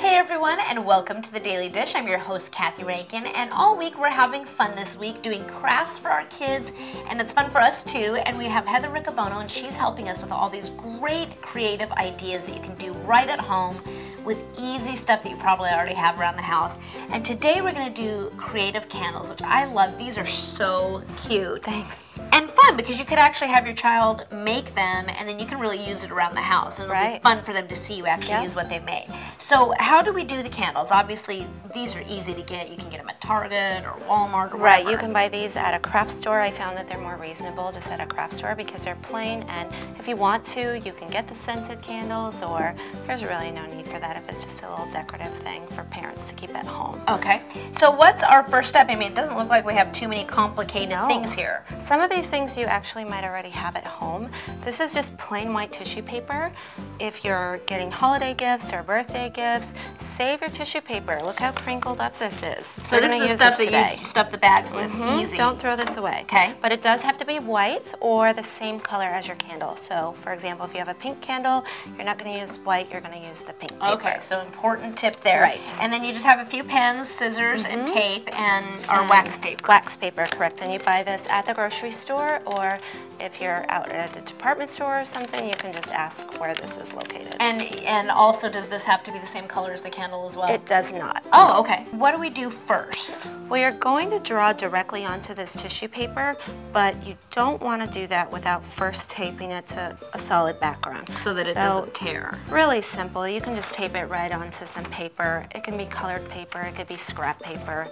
everyone, and welcome to the Daily Dish. I'm your host, Kathy Rankin, and all week we're having fun this week doing crafts for our kids, and it's fun for us too. And we have Heather Riccobono, and she's helping us with all these great creative ideas that you can do right at home with easy stuff that you probably already have around the house. And today we're gonna do creative candles, which I love. These are so cute. Thanks. And fun because you could actually have your child make them and then you can really use it around the house. And it'll be Right. fun for them to see you actually Yeah. use what they made. So, how do we do the candles? Obviously, these are easy to get. You can get them at Target or Walmart or Right, wherever. you can buy these at a craft store. I found that they're more reasonable just at a craft store because they're plain. And if you want to, you can get the scented candles, or there's really no need for that if it's just a little decorative thing for parents to keep at home. Okay. So, what's our first step? I mean, it doesn't look like we have too many complicated No. things here. Some of these things you actually might already have at home. This is just plain white tissue paper. If you're getting holiday gifts or birthday gifts, save your tissue paper. Look how crinkled up this is. So, We're this gonna is the use stuff this that today. you stuff the bags with. Mm, Easy. Don't throw this away. Okay. But it does have to be white or the same color as your candle. So, for example, if you have a pink candle, you're not going to use white, you're going to use the pink paper. Okay, so important tip there. Right. Mm-hmm. And then you just have a few pens, scissors, and tape, and or And wax paper. Wax paper, correct. And you buy this at the grocery store, or if you're out at a department store or something, you can just ask where this is located. And and also, does this have to be the same color as the candle as well? it does not. oh, okay. What do we do first? Well, you're going to draw directly onto this tissue paper, but you don't want to do that without first taping it to a solid background. So that it doesn't tear. Really simple. You can just tape it right onto some paper. It can be colored paper, it could be scrap paper.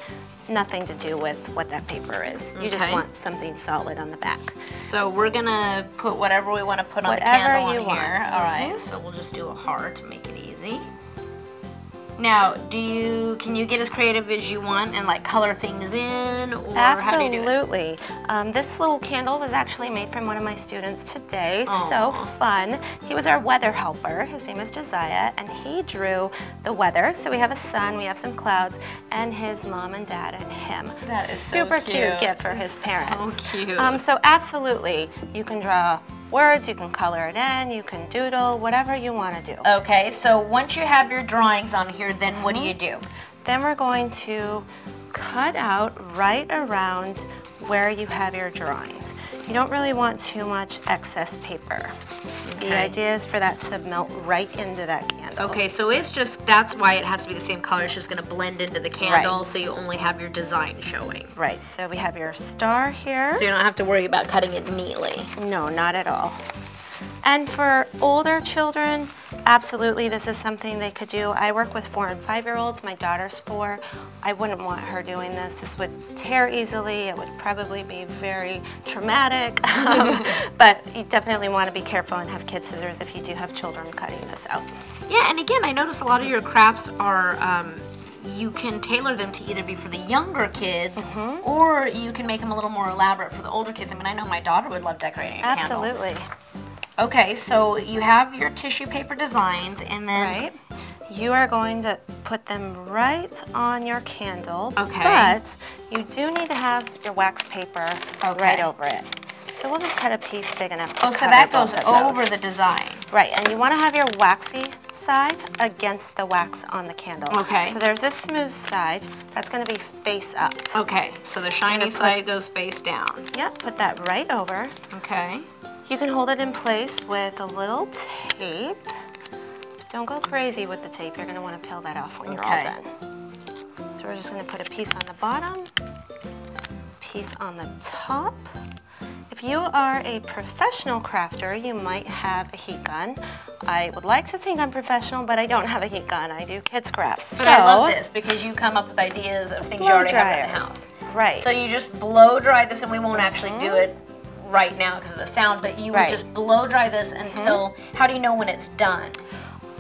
Nothing to do with what that paper is. You just Okay. want something solid on the back. So we're gonna put whatever we want to put on Whatever the candle you on want. here. All right, So we'll just do a heart to make it easy. Now, do you can you get as creative as you want and like color things in, or how do you do it? Absolutely. Um, this little candle was actually made from one of my students today. Aw. So fun. He was our weather helper. His name is Josiah, and he drew the weather. So we have a sun, we have some clouds, and his mom and dad and him. That is so super cute. gift for his So parents. cute. Um, so absolutely, you can draw words, you can color it in, you can doodle, whatever you want to do. Okay, so once you have your drawings on here, then what do you do? Then we're going to cut out right around where you have your drawings. You don't really want too much excess paper. The Okay. idea is for that to melt right into that candle. Okay, so it's just that's why it has to be the same color. It's just gonna blend into the candle, so you only have your design showing. Right, so we have your star here. So you don't have to worry about cutting it neatly. No, not at all. And for older children, absolutely, this is something they could do. I work with four and five year olds. My daughter's four. I wouldn't want her doing this. This would tear easily. It would probably be very traumatic. Um, but you definitely want to be careful and have kid scissors if you do have children cutting this out. Yeah, and again, I notice a lot of your crafts are. Um, you can tailor them to either be for the younger kids, Mm-hmm. or you can make them a little more elaborate for the older kids. I mean, I know my daughter would love decorating a candle. Absolutely. Okay, so you have your tissue paper designs, and then Right? You are going to put them right on your candle. Okay. But you do need to have your wax paper right Okay. over it. So we'll just cut a piece big enough to oh, so cover that both goes of over those. the design. Right, and you want to have your waxy side against the wax on the candle. Okay. So there's this smooth side that's going to be face up. Okay, so the shiny put- side goes face down. Yep, put that right over. Okay. You can hold it in place with a little tape. But don't go crazy with the tape. You're going to want to peel that off when you're all Okay. done. So we're just going to put a piece on the bottom, piece on the top. If you are a professional crafter, you might have a heat gun. I would like to think I'm professional, but I don't have a heat gun. I do kids crafts. But so I love this because you come up with ideas of things you Blow already have in the dryer. house. Right. Mm-hmm. So you just blow dry this, and we won't actually do it right now because of the sound, but you would Right. Mm-hmm. just blow dry this until, how do you know when it's done?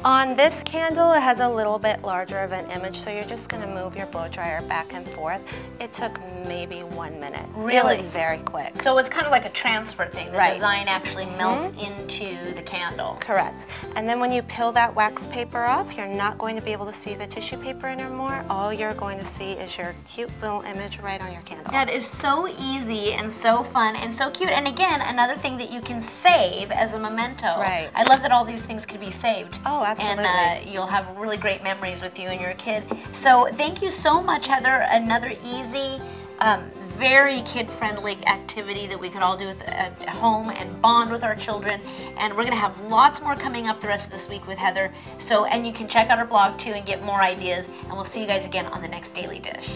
On this candle, it has a little bit larger of an image, so you're just gonna move your blow dryer back and forth. It took maybe one minute. Really? It was very quick. So it's kind of like a transfer thing. The Right. Mm-hmm. design actually melts into the candle. Correct. And then when you peel that wax paper off, you're not going to be able to see the tissue paper anymore. All you're going to see is your cute little image right on your candle. That is so easy and so fun and so cute. And again, another thing that you can save as a memento. Right. I love that all these things could be saved. Oh, And uh, Absolutely. you'll have really great memories with you and your kid. So thank you so much, Heather. Another easy, um, very kid friendly activity that we could all do with, uh, at home and bond with our children. And we're going to have lots more coming up the rest of this week with Heather. So, and you can check out our blog too and get more ideas. And we'll see you guys again on the next Daily Dish.